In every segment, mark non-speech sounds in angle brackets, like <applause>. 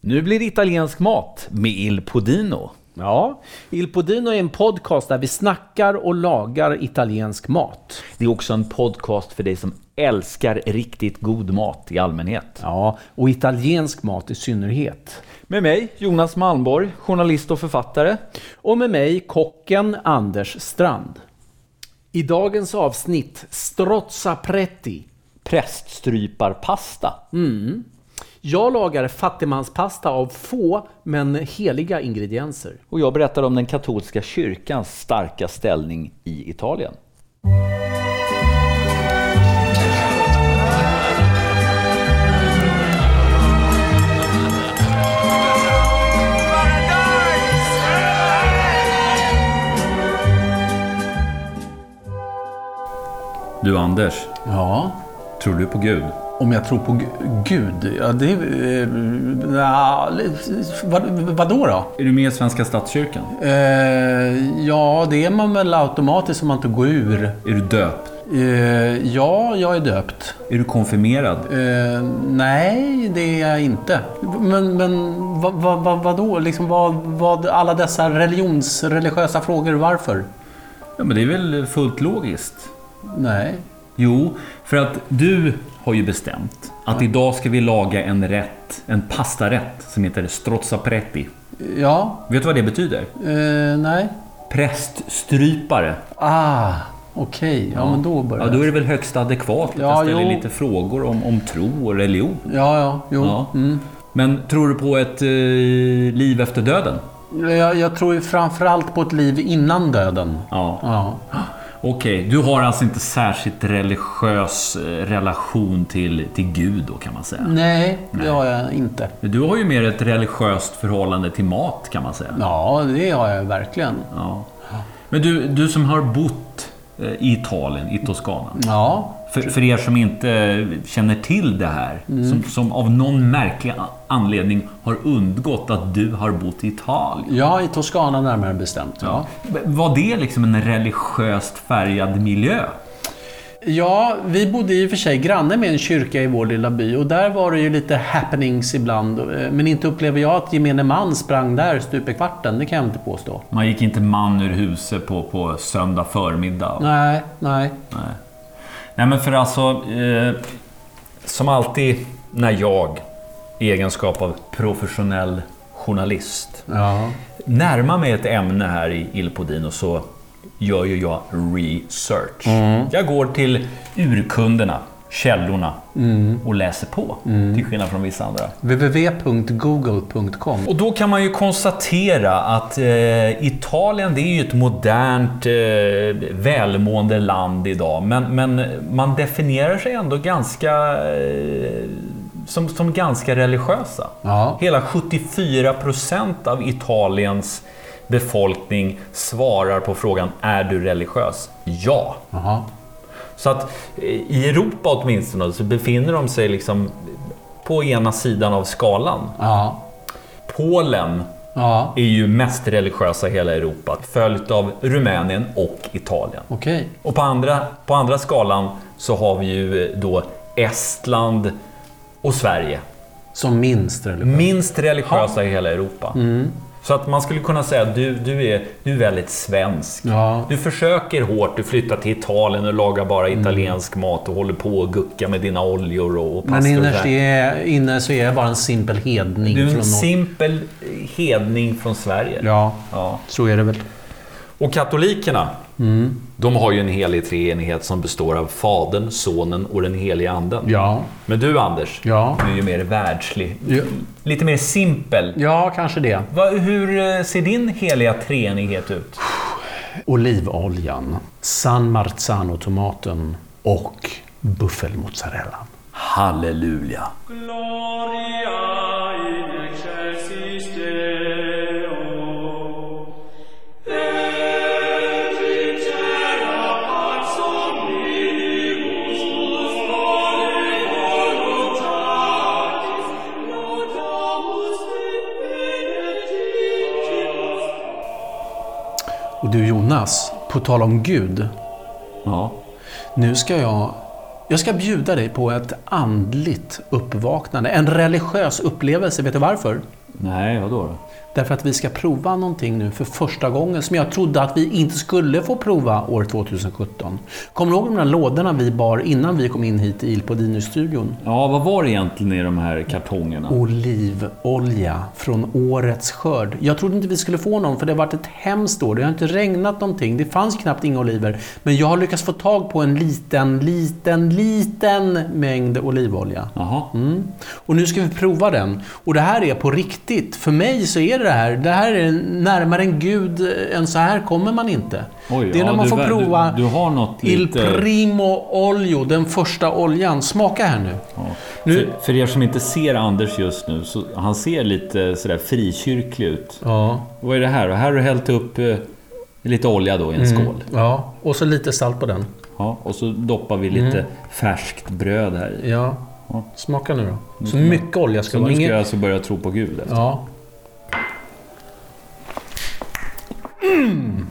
Nu blir det italiensk mat med Il Podino. Ja, Il Podino är en podcast där vi snackar och lagar italiensk mat. Det är också en podcast för dig som älskar riktigt god mat i allmänhet. Ja, och italiensk mat i synnerhet. Med mig, Jonas Malmborg, journalist och författare. Och med mig kocken Anders Strand. I dagens avsnitt Strozza Pretti. Präststryparpasta. Jag lagar fattigmanspasta av få men heliga ingredienser. Och jag berättar om den katolska kyrkans starka ställning i Italien. Du Anders, Ja, tror du på Gud? om jag tror på gu- Gud? Ja, det... Eh, na, vad, vadå då? Är du med i Svenska Statskyrkan? Eh, ja, det är man väl automatiskt om man inte går ur. Är du döpt? Eh, ja, jag är döpt. Är du konfirmerad? Eh, nej, det är jag inte. Men, men vad, vad, vad, vadå? Liksom, vad, vad, alla dessa religions, religiösa frågor, varför? Ja, men det är väl fullt logiskt? Nej. Jo, för att du har ju bestämt att idag ska vi laga en rätt, en pastarätt som heter strozzapretti. Ja, Vet du vad det betyder? eh, nej. Präststrypare. Ah, okej. Ja, men då börjar Ja, då är det väl högst adekvat att Ja, jag ställer jo. lite frågor om, om tro och religion. Ja, ja, jo. Ja. Mm. Men tror du på ett eh, liv efter döden? Jag, jag tror ju framförallt på ett liv innan döden. Ja. Ja. Okej, du har alltså inte särskilt religiös eh, relation till, till Gud då kan man Mm. säga. Nej, det har jag inte. Du har ju mer ett religiöst förhållande till mat kan man säga. Ja, det har jag verkligen. Ja. Men du, du som har bott eh, i Italien, i Toscana. Ja, För, för er som inte känner till det här, som, som av någon märklig a- anledning har undgått att du har bott i Italien. ja i Toscana närmare bestämt. Ja. B- Var det liksom en religiöst färgad miljö? ja, vi bodde i och för sig granne med en kyrka i vår lilla by och där var det ju lite happenings ibland. eh, Men inte upplever jag att gemene man sprang där stup i kvarten, det kan jag inte påstå. Man gick inte man ur huset på, på söndag förmiddag. Nej, nej. Nej men för alltså, eh, som alltid när jag i egenskap av professionell journalist Ja. närmar mig ett ämne här i Il Podino så gör ju jag research. Jag går till urkunderna, källorna och läser på. Till skillnad från vissa andra. www.google.com Och då kan man ju konstatera att eh, Italien det är ju ett modernt, eh, välmående land idag. Men, men man definierar sig ändå ganska eh, som, som ganska religiösa. Ja. Hela 74% av Italiens befolkning svarar på frågan Är du religiös? Ja. Jaha. Så att eh, i Europa åtminstone så befinner de sig liksom på ena sidan av skalan. Ja. Polen Ja. är ju mest religiösa i hela Europa, följt av Rumänien och Italien. Okej. Och på andra, på andra skalan så har vi ju eh, då Estland och Sverige. Som minst religiös. Minst religiösa i hela Europa. Mm. Så att man skulle kunna säga att du, du, är, du är väldigt svensk. Ja. Du försöker hårt, du flyttar till Italien och lagar bara Mm. italiensk mat och håller på och gucka med dina oljor och, och Men pastor. och innerst sådär. är, inne så är jag bara en simpel hedning. Du är från en norr. simpel hedning från Sverige. Ja, Ja. så är det väl. Och katolikerna, de har ju en helig treenighet som består av Fadern, Sonen och den heliga Anden. Ja. Men du Anders, Ja. du är ju mer världslig. Ja. Lite mer simpel. Ja, kanske det. Va, hur eh, ser din heliga treenighet ut? Olivoljan, San Marzano-tomaten och buffelmozzarellan. Halleluja. Gloria in excelsis Deo. Et in terra pax omnibus tus Dei voluntatis, laudamus in benedictus Och du Jonas, på tal om Gud. Ja. Nu ska jag Jag ska bjuda dig på ett andligt uppvaknande, en religiös upplevelse. Vet du varför? Nej, vadå då? Därför att vi ska prova någonting nu för första gången som jag trodde att vi inte skulle få prova år 2017. Kommer du ihåg de där lådorna vi bar innan vi kom in hit i Il Podini-studion? Ja, vad var det egentligen i de här kartongerna? Olivolja från årets skörd. Jag trodde inte vi skulle få någon för det har varit ett hemskt år. Det har inte regnat någonting. Det fanns knappt inga oliver. Men jag har lyckats få tag på en liten, liten, liten mängd olivolja. Jaha. Mm. Och nu ska vi prova den. Och det här är på riktigt. För mig så är det det här. Det här är närmare en gud. Än så här kommer man inte. Oj, det ja, är när man du får ver- du- prova du har något Il lite- Primo Olio, den första oljan. Smaka här nu. Ja. Nu- För, för er som inte ser Anders just nu, så han ser lite sådär frikyrklig ut. Ja. Vad är det här? Och här har du hällt upp eh, lite olja då i en Mm. skål. Ja, och så lite salt på den. Ja, och så doppar vi lite Mm. färskt bröd här i. Ja. Ja. Mm. Smaka nu då. Så mycket olja ska Så nu det vara. ska Ingen... jag alltså börja tro på Gud. efter. Ja.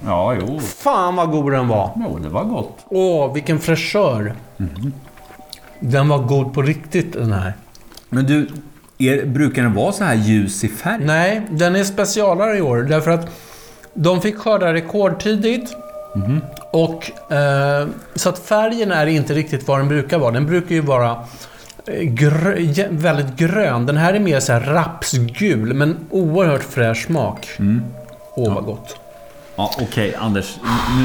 Ja, jo. Fan vad god den var! jo. Det var gott. Åh, vilken fräschör! Mhm. Den var god på riktigt den här. Men du, er, brukar den vara så här ljus i färg? Nej, den är specialare i år därför att de fick skörda rekordtidigt. Mhm. Och, eh, så att färgen är inte riktigt vad den brukar vara. Den brukar ju vara eh, grö- jä- väldigt grön. Den här är mer så här rapsgul men oerhört fräsch smak. Mm. Åh, vad gott. Ja, Okej, Anders.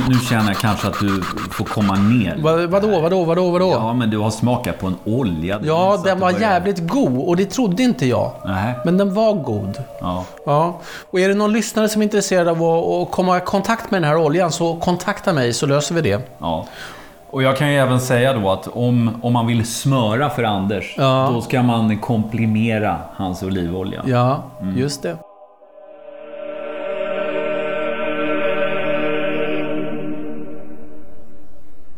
Nu, nu känner jag kanske att du får komma ner. Va, vadå, vadå, vadå, vadå? Ja, men du har smakat på en olja. Det Ja, visar den att var det börjar- jävligt god och det trodde inte jag. Nähä. Men den var god. Ja. Ja. Och är det någon lyssnare som är intresserad av att att komma i kontakt med den här oljan så kontakta mig så löser vi det. Ja. Och jag kan ju även säga då att om, om man vill smöra för Anders, Ja. då ska man komplimera hans olivolja. Ja, just det.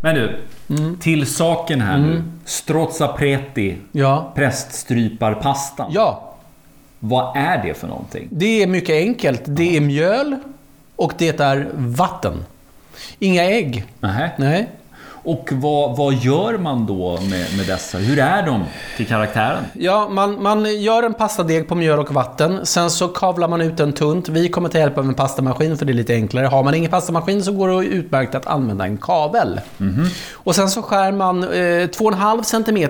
Men du, Mm. till saken här nu. Strozza preti, Ja. präststryparpastan. ja, Vad är det för någonting? det är mycket enkelt. Det är mjöl och det är vatten. Inga ägg. Nähä. Nej. Och vad, vad gör man då med, med dessa? Hur är de till karaktären? Ja, man, man gör en pastadeg på mjöl och vatten. Sen så kavlar man ut den tunt. Vi kommer ta hjälp av en pastamaskin för det är lite enklare. Har man ingen pastamaskin så går det utmärkt att använda en kavel. Mhm. Och sen så skär man eh, 2,5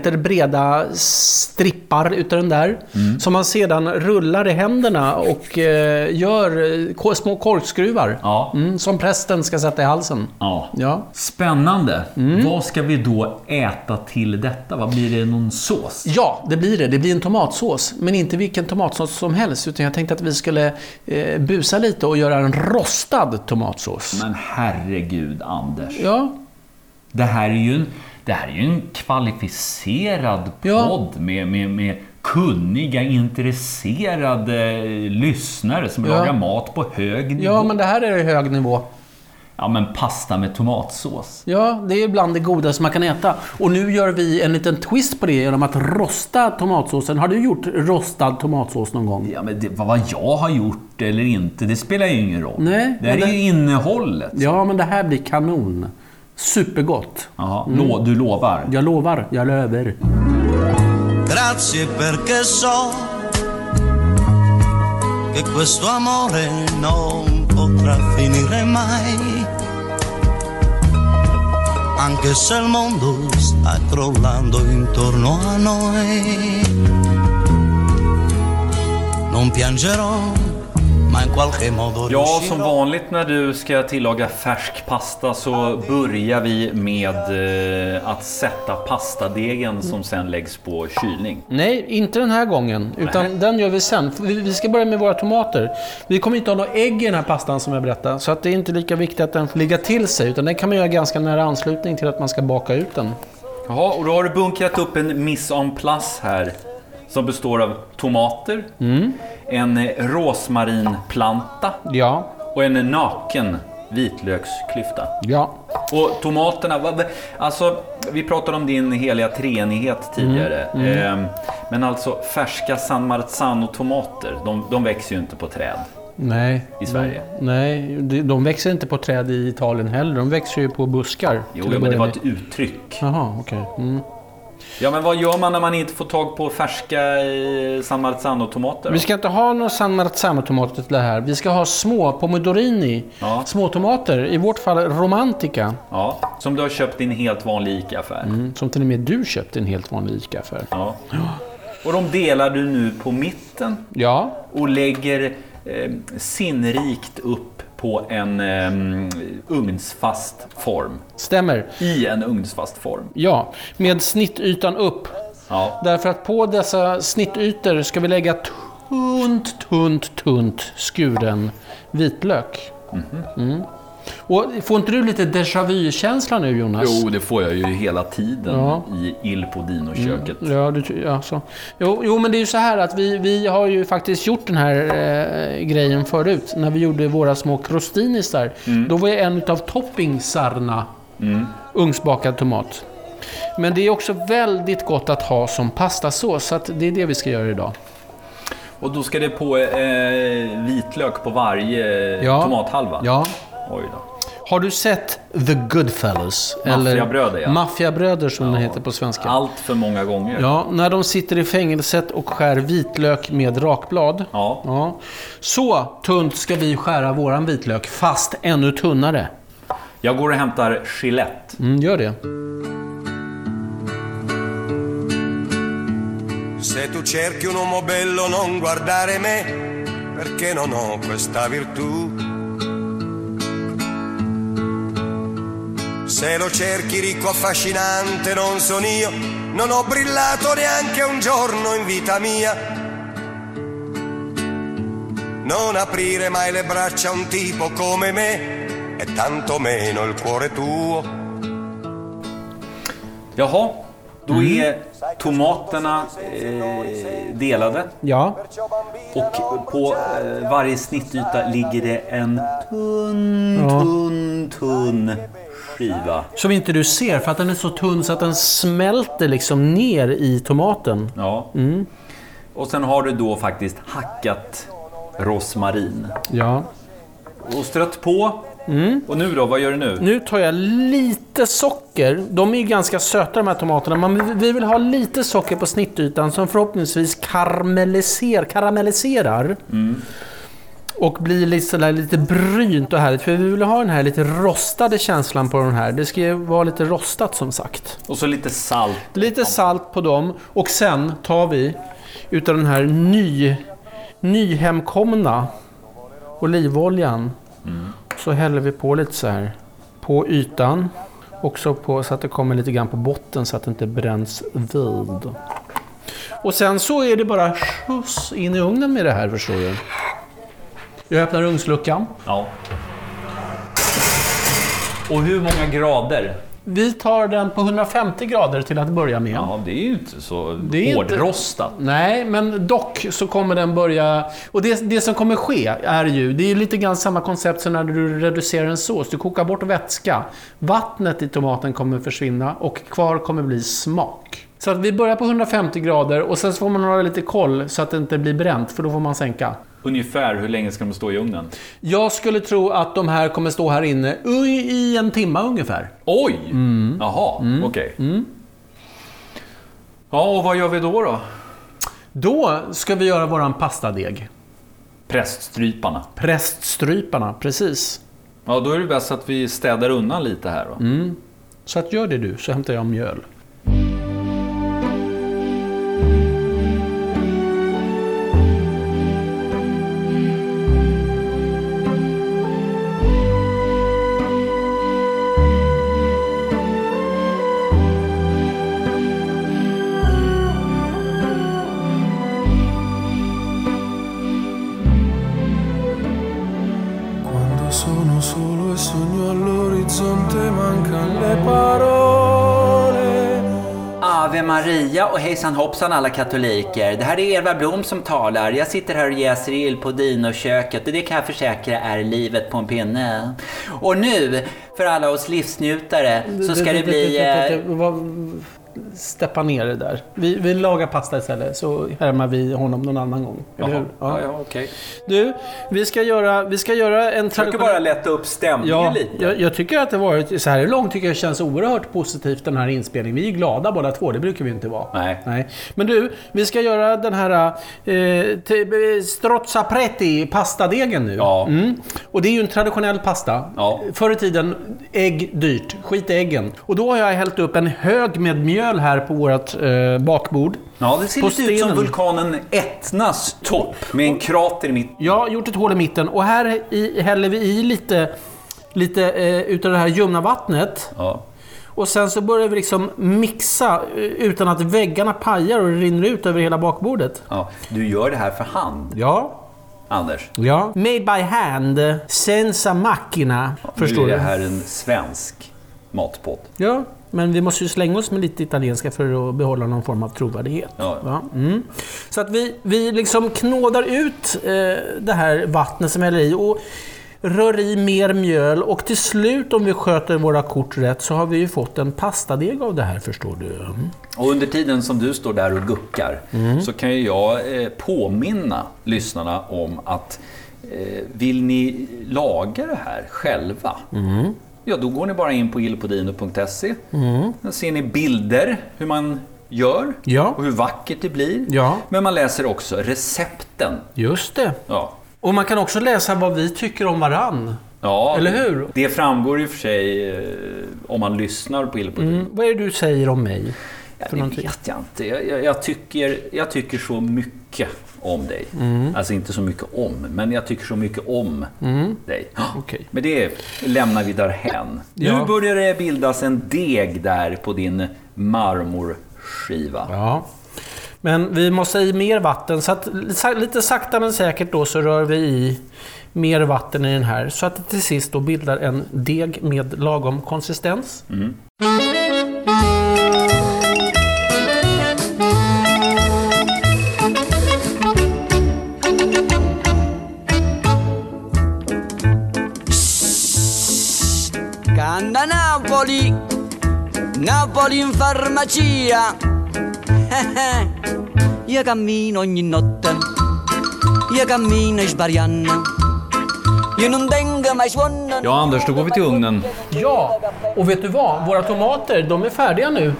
cm breda strippar utav den där. Mm. Som man sedan rullar i händerna och eh, gör eh, ko- små korkskruvar. Ja. Mm, som prästen ska sätta i halsen. Ja. Ja. Mm. Spännande! Vad ska vi då äta till detta? Vad blir det? Någon sås? Ja, det blir det. Det blir en tomatsås. Men inte vilken tomatsås som helst. Utan jag tänkte att vi skulle eh, busa lite och göra en rostad tomatsås. Men herregud Anders. Ja, Det här är ju en, det här är ju en kvalificerad Ja. podd med, med, med kunniga, intresserade eh, lyssnare som Ja. lagar mat på hög nivå. ja men det här är hög nivå. Ja, men pasta med tomatsås. Ja, det är bland det godaste man kan äta. Och nu gör vi en liten twist på det genom att rosta tomatsåsen. Har du gjort rostad tomatsås någon gång? Ja, men det, vad vad jag har gjort eller inte, det spelar ju ingen roll. Nej, det här men är det- ju innehållet. Ja, men det här blir kanon. Supergott. Jaha, lo, du lovar? Jag lovar, jag löver. Grazie perché so che questo amore non potrà finire mai. Anche se il mondo sta crollando intorno a noi. Non piangerò, ma in qualche modo Ja, som riuscirò. vanligt när du ska tillaga färsk pasta så börjar vi med eh, att sätta pastadegen som sen läggs på kylning. Nej, inte den här gången. Utan den gör vi sen. För Vi vi ska börja med våra tomater. Vi kommer inte ha några ägg i den här pastan som jag berättade. Så att det är inte lika viktigt att den får ligga till sig. Utan den kan man göra i ganska nära anslutning till att man ska baka ut den. Jaha, och då har du bunkrat upp en mise en place här som består av tomater, en eh, rosmarinplanta Ja. och en naken vitlöksklyfta. Ja. Och tomaterna, vad- vad- alltså vi pratade om din heliga treenighet tidigare. Ehm, men alltså färska San Marzano-tomater, de, de växer ju inte på träd. Nej. i Sverige. De, nej, de, de växer inte på träd i Italien heller. De växer ju på buskar. Jo, till att men det börja var med. ett uttryck. Jaha, okej. Mm. Ja, men vad gör man när man inte får tag på färska eh, San Marzano-tomater? Vi ska inte ha några San Marzano-tomater till det här. Vi ska ha små pomodorini. Ja. Små tomater. I vårt fall romantica. Ja, som du har köpt i en helt vanlig ICA-affär. Mm, Som till och med du köpte i en helt vanlig ICA-affär. Ja. Och de delar du nu på mitten Ja, och lägger eh, sinnrikt upp på en eh, ugnsfast form. stämmer. I en ugnsfast form. Ja, med snittytan upp. Ja. Därför att på dessa snittytor ska vi lägga tunt, tunt, tunt skuren vitlök. Mm. Och får inte du lite déjà vu-känsla nu Jonas? Jo, det får jag ju hela tiden Ja. Mm. i Il Podino-köket. Ja, du, ty- ja, så. Jo, jo, men det är ju så här att vi, vi har ju faktiskt gjort den här eh, grejen förut. När vi gjorde våra små crostinisar. Mm. Då var ju en av toppingsarna ugnsbakad tomat. Men det är också väldigt gott att ha som pastasås, så att det är det vi ska göra idag. Och då ska det på eh, vitlök på varje eh, Ja. tomathalva? Ja. Oj då. Har du sett The Goodfellas? Maffiabröder, ja. Maffiabröder som den heter på svenska. Allt för många gånger. Ja, när de sitter i fängelset och skär vitlök med rakblad. Ja. Så tunt ska vi skära våran vitlök, fast ännu tunnare. Jag går och hämtar Gillette. Mm, gör det. Se tu cerchi un uomo bello non guardare me, perché non ho questa virtù. Se lo cerchi ricco affascinante non sono io, non ho brillato neanche un giorno in vita mia. Non aprire mai le braccia a un tipo come me, e tantomeno il cuore tuo. Jaha, då Mm. är tomaterna eh, delade. Ja. Och på eh, varje snittyta ligger det en tunn, Ja. tunn, tunn skiva. Som inte du ser, för att den är så tunn så att den smälter liksom ner i tomaten. Ja. Och sen har du då faktiskt hackat rosmarin. Ja. Och strött på. Och nu då, vad gör du nu? Nu tar jag lite socker. De är ju ganska söta de här tomaterna, men vi vill ha lite socker på snittytan som förhoppningsvis karamelliser, karamelliserar. Och blir lite, sådär, lite brynt och härligt. För vi vill ha den här lite rostade känslan på den här. Det ska ju vara lite rostat som sagt. Och så lite salt. Lite salt på dem och sen tar vi utav den här ny, nyhemkomna olivoljan. Så häller vi på lite så här på ytan. Också på, så att det kommer lite grann på botten så att det inte bränns vid. Och sen så är det bara skjuts in i ugnen med det här förstår du. Jag öppnar ugnsluckan. Ja. Och hur många grader? Vi tar den på 150 grader till att börja med. Ja, det är ju inte så är inte- hårdrostat. Nej, men dock så kommer den börja... Och det, det som kommer ske är ju, det är ju lite grann samma koncept som när du reducerar en sås. Du kokar bort vätska. Vattnet i tomaten kommer försvinna och kvar kommer bli smak. Så att vi börjar på 150 grader och sen så får man hålla lite koll så att det inte blir bränt, för då får man sänka. Ungefär hur länge ska de stå i ugnen? Jag skulle tro att de här kommer stå här inne i- i en timme ungefär. Oj! Mm. Jaha, okej. Ja, och vad gör vi då då? Då ska vi göra våran pastadeg. Präststryparna. Präststryparna, precis. Ja, då är det bäst att vi städar undan lite här då. Mm. Så att gör det du, så hämtar jag mjöl. Quando sono solo e sogno all'orizzonte mancano le parole. Ave Maria och hejsan hoppsan alla katoliker. Det här är Eva Blom som talar. Jag sitter här och jäser ill på dinoköket och det kan jag försäkra är livet på en pinne. Och nu, för alla oss livsnjutare, så ska det bli... eh, Vad- steppa ner det där. Vi, vi lagar pasta istället så härmar vi honom någon annan gång. Eller hur? Ja, Ja. ja, okej. Du, vi ska göra, vi ska göra en Försöker bara lätta upp stämningen Ja, lite. jag, jag tycker att det varit, så här långt tycker jag känns oerhört positivt den här inspelningen. Vi är glada båda två, det brukar vi inte vara. Nej. Men du, vi ska göra den här eh, te- eh, strozzapretti, pastadegen nu. Ja. Mm. Och det är ju en traditionell pasta. Ja. Förr i tiden, ägg dyrt. Skit i äggen. Och då har jag hällt upp en hög med mjöl här på vårt eh, bakbord. Ja, det ser På lite ut som stenen. vulkanen Etnas topp med en krater i mitten. Jag har gjort ett hål i mitten och här i, häller vi i lite, lite eh, utav det här ljumna vattnet. Ja. Och sen så börjar vi liksom mixa eh, utan att väggarna pajar och det rinner ut över hela bakbordet. Ja. Du gör det här för hand, Ja. Anders. ja. Made by hand, senza macchina. Förstår nu är du? det här en svensk matpott. Ja, men vi måste ju slänga oss med lite italienska för att behålla någon form av trovärdighet. Ja, ja. Va? Mm. Så att vi, vi liksom knådar ut eh, det här vattnet som häller i och rör i mer mjöl och till slut om vi sköter våra kort rätt så har vi ju fått en pastadeg av det här förstår du. Och under tiden som du står där och guckar Mm. så kan ju jag eh, påminna lyssnarna om att eh, vill ni laga det här själva Mm. Ja, då går ni bara in på illpodino.se. Mm. Där ser ni bilder hur man gör Ja. och hur vackert det blir. Ja. Men man läser också recepten. Just det. Ja, Och man kan också läsa vad vi tycker om varann. Ja, Eller hur? Det framgår i och för sig eh, om man lyssnar på Illpodden. Mm, Vad är det du säger om mig? Ja, För det någonting? vet jag inte. Jag, jag, jag, tycker, jag tycker så mycket om dig. Mm. Alltså inte så mycket om, men jag tycker så mycket om dig. Mm. Okej. Men det lämnar vi därhän. Nu Ja. börjar det bildas en deg där på din marmorskiva. Ja. Men vi måste i mer vatten, så att sa- lite sakta men säkert då så rör vi i mer vatten i den här. Så att det till sist då bildar en deg med lagom konsistens. Canna Napoli, Napoli in farmacia. <laughs> Io cammino ogni notte, io cammino sbariando. Io non tengo mai suono. Ja, Anders, då går vi till ugnen. Ja, och vet du vad? Våra tomater, de är färdiga nu.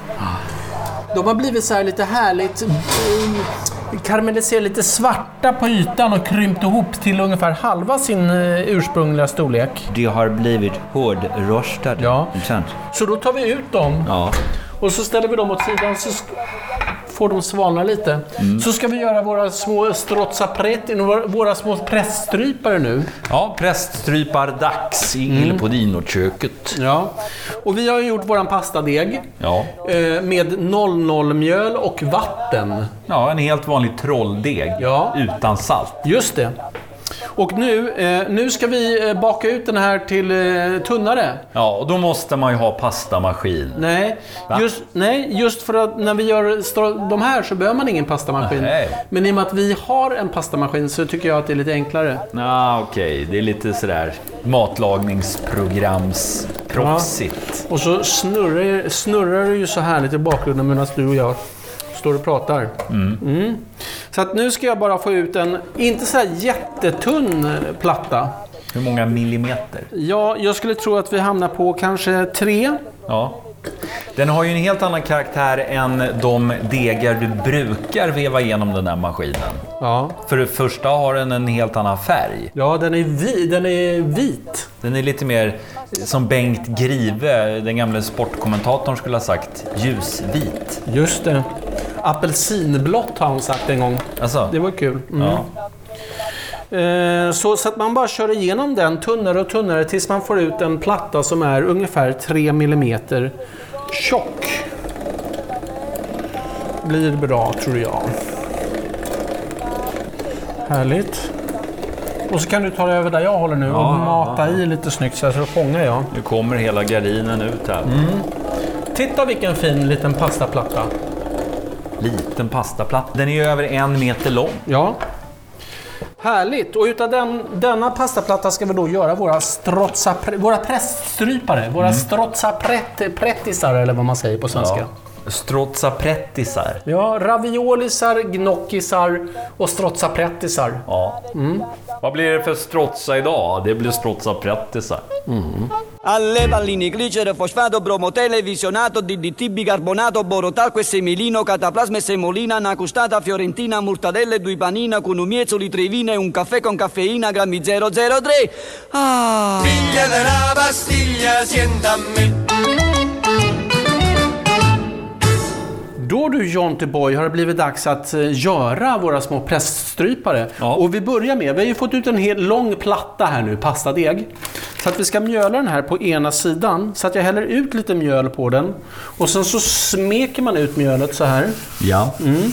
De har blivit så här lite härligt eh, karamelliserade, lite svarta på ytan och krympt ihop till ungefär halva sin eh, ursprungliga storlek. Det har blivit hårdrostad. Ja. Inte sant? Så då tar vi ut dem. Ja. Och så ställer vi dem åt sidan så sk- får de svalna lite. Så ska vi göra våra små strozzapretti, våra- våra små präststrypare nu. Ja, präststrypardags i Illpodino-köket. Ja. Och vi har ju gjort våran pastadeg Ja. eh, med 00-mjöl och vatten. ja, en helt vanlig trolldeg Ja. utan salt. Just det. Och nu, eh, nu ska vi eh, baka ut den här till eh, tunnare. Ja, och då måste man ju ha pastamaskin. Nej just, nej, just för att när vi gör stro- de här så behöver man ingen pastamaskin. Nej. Men i och med att vi har en pastamaskin så tycker jag att det är lite enklare. Ja, ah, okej. Det är lite sådär matlagningsprogramsproffsigt. Och så snurrar, snurrar det ju så härligt i bakgrunden medan du och jag står och pratar. Mm. Så att nu ska jag bara få ut en, inte så här jättetunn eh, platta. Hur många millimeter? Ja, jag skulle tro att vi hamnar på kanske tre. Ja. Den har ju en helt annan karaktär än de degar du brukar veva igenom den här maskinen. Ja, För det första har den en helt annan färg. ja den, är vi, den är vit. Den är lite mer eh, som Bengt Grive, den gamle sportkommentatorn, skulle ha sagt, ljusvit. Just det. Apelsinblått har hon sagt en gång. Alltså, Det var kul. Mm. ja. Eh, Så, så att man bara kör igenom den tunnare och tunnare tills man får ut en platta som är ungefär 3 mm tjock. Blir bra tror jag. Härligt. Och så kan du ta dig över där jag håller nu och mata i lite snyggt så här så fångar jag. Nu kommer hela gardinen ut här. Titta vilken fin liten pastaplatta. Liten pastaplatta. Den är ju över en meter lång. Ja. Härligt! Och utav den, denna pastaplatta ska vi då göra våra strozza, våra präststrypare, våra mm. strozzapretti, prettisar eller vad man säger på svenska. Ja. Strozzaprezisar. Ja, raviolisar, gnocchisar och strozzaprettisar. Ja. Vad blir det för strozza idag? Det blir strozzaprezisar. Alle palline glicero, fosfato, bromotele, visionato, DDT, bicarbonato, borotalco e semilino, cataplasma e semolina, nacustata, fiorentina, murtadelle, due panina, con un miezzo, trevina e un caffè con caffeina, grammi 003. Ah! Figlia de la Bastiglia, siéntame. Då du Jontyboy har det blivit dags att eh, göra våra små präststrypare. Ja. Och vi börjar med, vi har ju fått ut en hel lång platta här nu, pastadeg. Så att vi ska mjöla den här på ena sidan. Så att jag häller ut lite mjöl på den. Och sen så smeker man ut mjölet så här. Ja,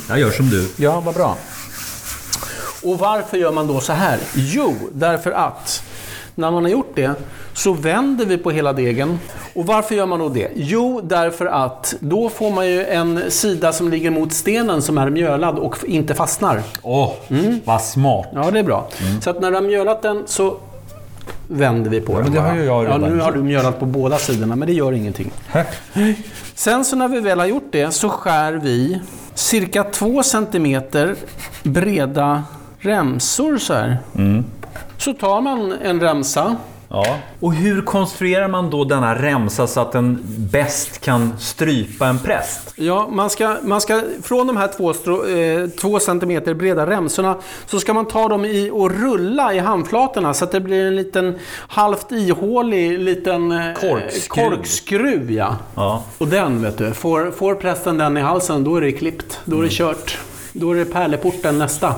jag gör som du. Ja, vad bra. Och varför gör man då så här? Jo, därför att när man har gjort det så vänder vi på hela degen. Och varför gör man då det? Jo, därför att då får man ju en sida som ligger mot stenen som är mjölad och inte fastnar. Åh, vad smart. Ja, det är bra. Mm. Så att när du har mjölat den så vänder vi på den. men det har bara. ju jag ja, redan nu har du gjort. mjölat på båda sidorna, men det gör ingenting. Sen så när vi väl har gjort det så skär vi cirka 2 cm breda remsor så här. Mm. Så tar man en remsa. Ja. Och hur konstruerar man då denna remsa så att den bäst kan strypa en präst? Ja, man ska, man ska, från de här 2 eh, två centimeter breda remsorna så ska man ta dem i och rulla i handflatorna så att det blir en liten halvt ihålig liten eh, Korkskruv. korkskruv, ja. Ja. Och den, vet du, får, får prästen den i halsen då är det klippt. Då är det Mm. kört. Då är det pärleporten nästa.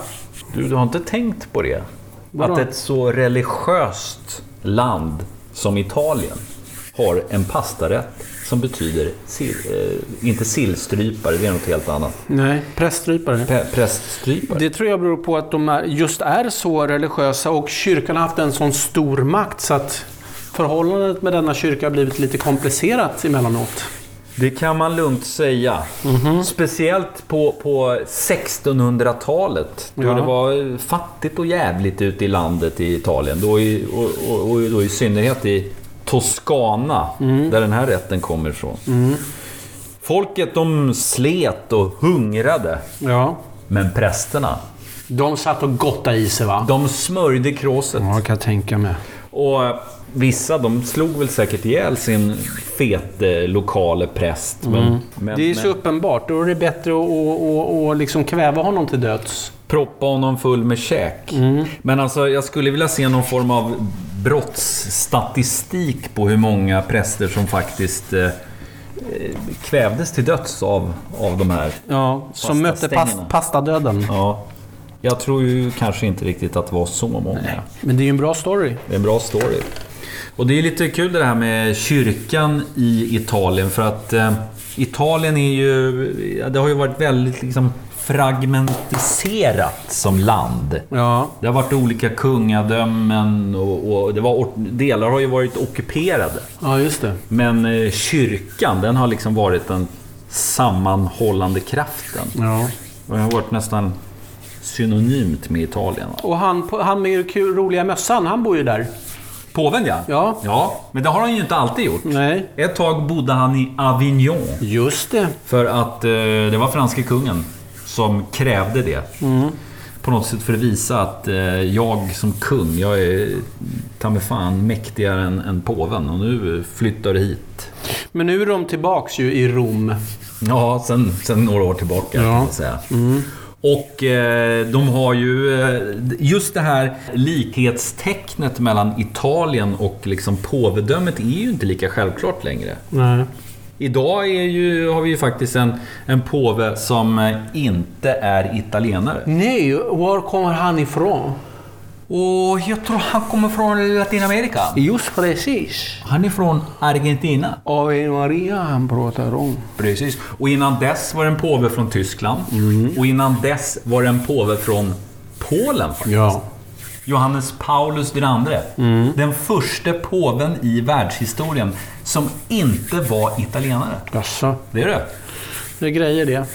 Du, du har inte tänkt på det? Vadå? Att ett så religiöst land som Italien har en pastarätt som betyder sill, eh, inte sillstrypare, det är något helt annat. Nej, präststrypare. Pä- Präststrypare. Det tror jag beror på att de är, just är så religiösa och kyrkan har haft en sån stor makt så att förhållandet med denna kyrka har blivit lite komplicerat emellanåt. Det kan man lugnt säga. Mhm. Speciellt på, på 1600-talet då Ja. det var fattigt och jävligt ute i landet i Italien. Då i, och, och, och då i synnerhet i Toscana, Mm. där den här rätten kommer ifrån. Folket de slet och hungrade, Ja. men prästerna, De satt och gottade i sig va? de smörjde kråset. Ja, kan jag tänka mig. Och vissa, de slog väl säkert ihjäl sin fete lokale präst. Men, men, Mm. Det är så men- uppenbart. Då är det bättre att att- att- att liksom kväva honom till döds. proppa honom full med käk. Men alltså, jag skulle vilja se någon form av brottsstatistik på hur många präster som faktiskt eh, eh, kvävdes till döds av, av de här. Ja, som mötte pas, Pastastängerna. pastadöden. Ja. Jag tror ju kanske inte riktigt att det var så många. Men det är ju en bra story. Det är en bra story. Och det är lite kul det här med kyrkan i Italien för att eh, Italien är ju... Det har ju varit väldigt liksom fragmentiserat som land. Ja. Det har varit olika kungadömen och, och det var, or- delar har ju varit ockuperade. ja, just det. Men eh, kyrkan, den har liksom varit den sammanhållande kraften. Ja. Och Den har varit nästan synonymt med Italien. va? Och han, på- han med den kul, roliga mössan, han bor ju där. Påven ja. Ja. ja. Men det har han ju inte alltid gjort. Nej. Ett tag bodde han i Avignon. Just det. För att eh, det var franske kungen som krävde det. På något sätt för att visa att eh, jag som kung, jag är ta mig fan mäktigare än, än påven. Och nu flyttar det hit. Men nu är de tillbaks ju i Rom. Ja, sen, sen några år tillbaka Ja. kan man säga. Och eh, de har ju eh, just det här likhetstecknet mellan Italien och liksom påvedömet är ju inte lika självklart längre. Nej. Idag är ju, har vi ju faktiskt en, en påve som eh, inte är italienare. Nej, var kommer han ifrån? Och jag tror han kommer från Latinamerika. Just precis. Han är från Argentina. Ave Maria han pratar om. Precis. Mm. Och innan dess var det en påve från Tyskland. Och innan dess var det en påve från Polen faktiskt. Ja. Johannes Paulus II. Den första påven i världshistorien som inte var italienare. Jaså. Det är det. Det är grejer det.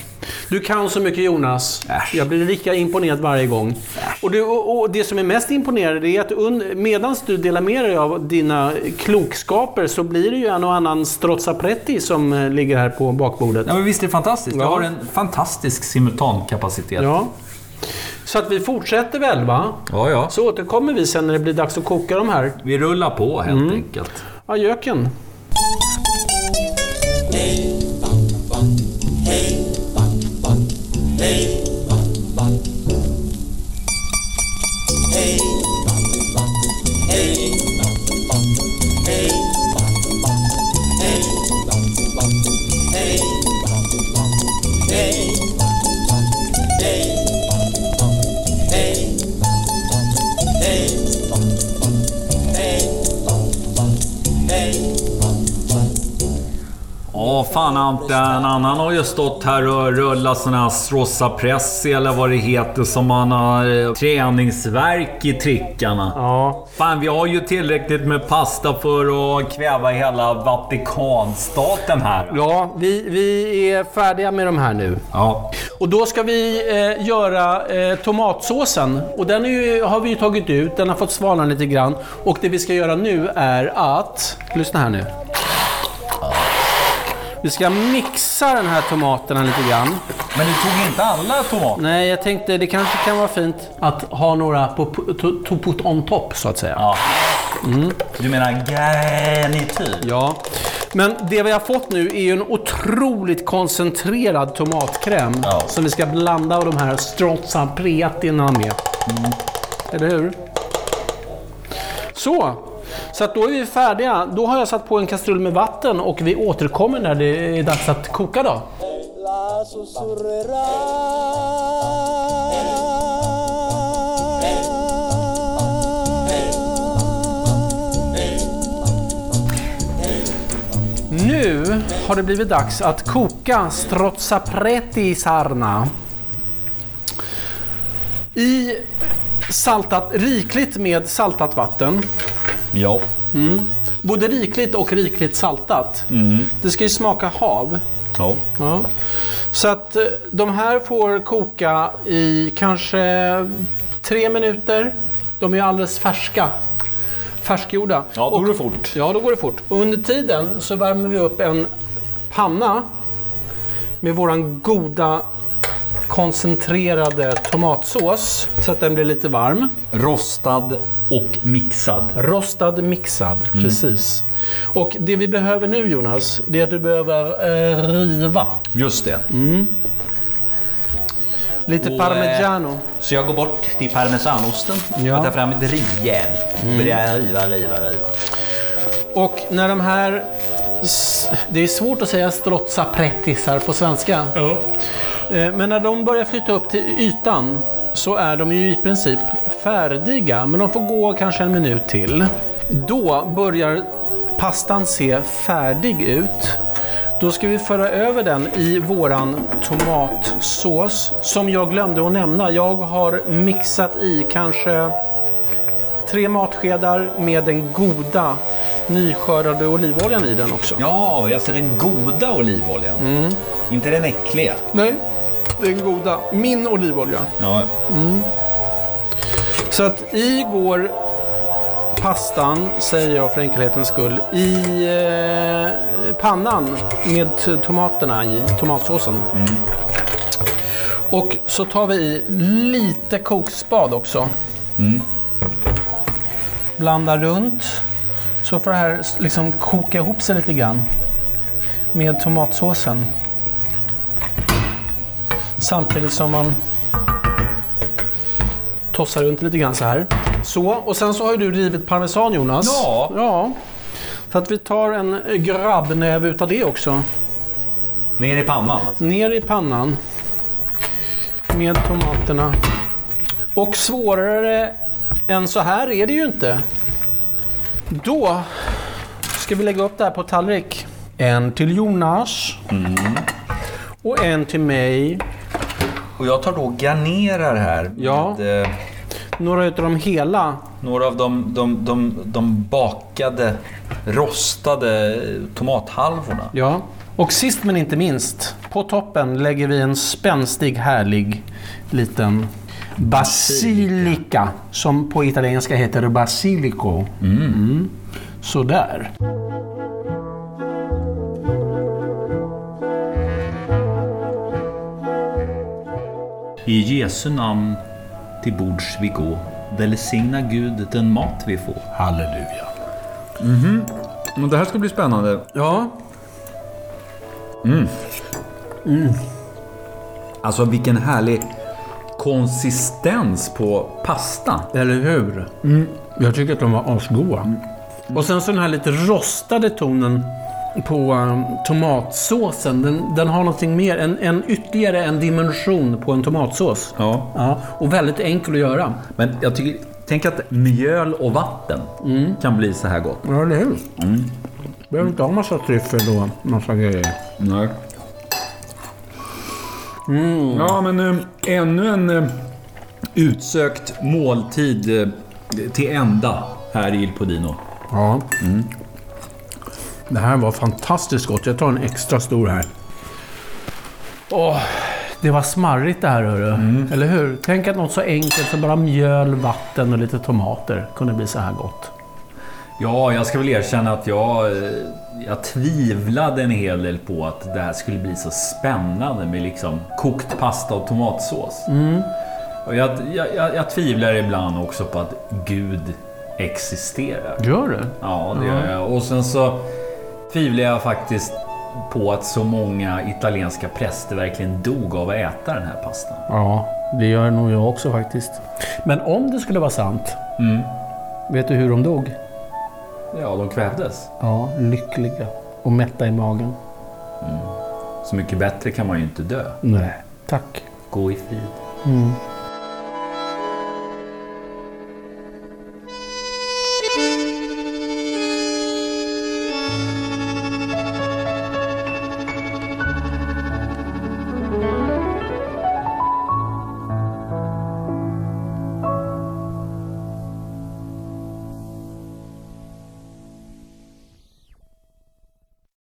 Du kan så mycket Jonas. Jag blir lika imponerad varje gång. Och, du, och, och det som är mest imponerande är att un, medan du delar med dig av dina klokskaper så blir det ju en och annan strozzapretti som eh, ligger här på bakbordet. Ja, men visst är det fantastiskt? Jag Ja. har en fantastisk simultankapacitet. Ja. Så att vi fortsätter väl va? ja. ja. Så återkommer vi sen när det blir dags att koka de här. Vi rullar på helt enkelt. Ja, göken. Ja, fan Ante. En annan har ju stått här och rullat sån här strossapressi eller vad det heter som man har eh, träningsverk i trickarna. Ja. Fan, vi har ju tillräckligt med pasta för att kväva hela Vatikanstaten här. Ja, vi, vi är färdiga med de här nu. Ja. Och då ska vi eh, göra eh, tomatsåsen. Och den är ju, har vi ju tagit ut, den har fått svalna lite grann. Och det vi ska göra nu är att... Lyssna här nu. Vi ska mixa den här tomaterna lite grann. Men du tog inte alla tomater? Nej, jag tänkte det kanske kan vara fint att ha några på, to, to put on top, så att säga. Du menar garnityr? Ja, men det vi har fått nu är ju en otroligt koncentrerad tomatkräm Ja. som vi ska blanda av de här strozzapretina med. Eller hur? Så! Så att då är vi färdiga. Då har jag satt på en kastrull med vatten och vi återkommer när det är dags att koka då. Nu har det blivit dags att koka strozzapreti sarna. I saltat, rikligt med saltat vatten. Ja. Både rikligt och rikligt saltat. Mm. Det ska ju smaka hav. ja. Ja. Så att eh, de här får koka i kanske tre minuter. De är ju alldeles färska. Färskgjorda. Ja, då Och- går det fort. Ja, då går det fort. Och under tiden så värmer vi upp en panna med våran goda koncentrerade tomatsås så att den blir lite varm. Rostad och mixad. Rostad mixad, precis. Och det vi behöver nu Jonas, det är att du behöver eh, riva Just det. lite Och, eh, parmigiano. Så jag går bort till parmesanosten Ja. och tar fram ett rejäl. Mm. Börjar riva, riva, riva. Och när de här... s- Det är svårt att säga strozzapretisar på svenska. Eh, Men när de börjar flytta upp till ytan så är de ju i princip färdiga. Men de får gå kanske en minut till. Då börjar pastan se färdig ut. Då ska vi föra över den i våran tomatsås som jag glömde att nämna. Jag har mixat i kanske tre matskedar med den goda nyskördade olivoljan i den också. Ja, jag ser den goda olivoljan. Inte den äckliga. Nej, den goda. Min olivolja. Ja. Så att i går pastan, säger jag för enkelhetens skull, i eh, pannan med t- tomaterna i tomatsåsen. Och så tar vi i lite kokspad också. Blanda runt. Så får det här s- liksom koka ihop sig lite grann med tomatsåsen. Samtidigt som man tossar runt lite grann så här. Så, och sen så har ju du rivit parmesan Jonas. Ja. ja. Så att vi tar en grabbnäve utav det också. Ner i pannan alltså. Ner i pannan med tomaterna. Och svårare än så här är det ju inte. Då ska vi lägga upp det här på tallrik. En till Jonas. Och en till mig. Och jag tar då garnerar här Ja. med eh, Några utav de hela. några av de, de, de, de bakade, rostade tomathalvorna. Ja. Och sist men inte minst, på toppen lägger vi en spänstig, härlig liten basilika. Som på italienska heter basilico. Mm. Sådär. I Jesu namn till bords vi gå. Välsigna Gud den mat vi får. Mhm. Halleluja. Men det här ska bli spännande. Ja, Mm. Alltså vilken härlig konsistens på pasta. Eller hur? Jag tycker att de var asgoda. Mm. Och sen så den här lite rostade tonen på um, tomatsåsen. Den, den har någonting mer, en, en ytterligare en dimension på en tomatsås. Ja. Ja, och väldigt enkel att göra. Men jag tycker, tänk att mjöl och vatten Mm. kan bli så här gott. Ja, eller hur? Behöver inte ha massa tryffel och massa grejer. Nej. Ja, men eh, ännu en eh, utsökt måltid eh, till ända här i Il Podino. Ja. Det här var fantastiskt gott. Jag tar en extra stor här. Åh, det var smarrigt det här hörru. Eller hur? Tänk att något så enkelt som bara mjöl, vatten och lite tomater kunde bli så här gott. Ja, jag ska väl erkänna att jag, eh, jag tvivlade en hel del på att det här skulle bli så spännande med liksom kokt pasta och tomatsås. Mm. Och jag, jag, jag, jag tvivlar ibland också på att Gud existerar. Gör det? Ja, det gör jag. Och sen så tvivlar jag faktiskt på att så många italienska präster verkligen dog av att äta den här pastan. Ja, det gör nog jag också faktiskt. Mm. Men om det skulle vara sant. Vet du hur de dog? Ja, de kvävdes. Ja, lyckliga och mätta i magen. Så mycket bättre kan man ju inte dö. Nej. Tack. Gå i frid. Mm.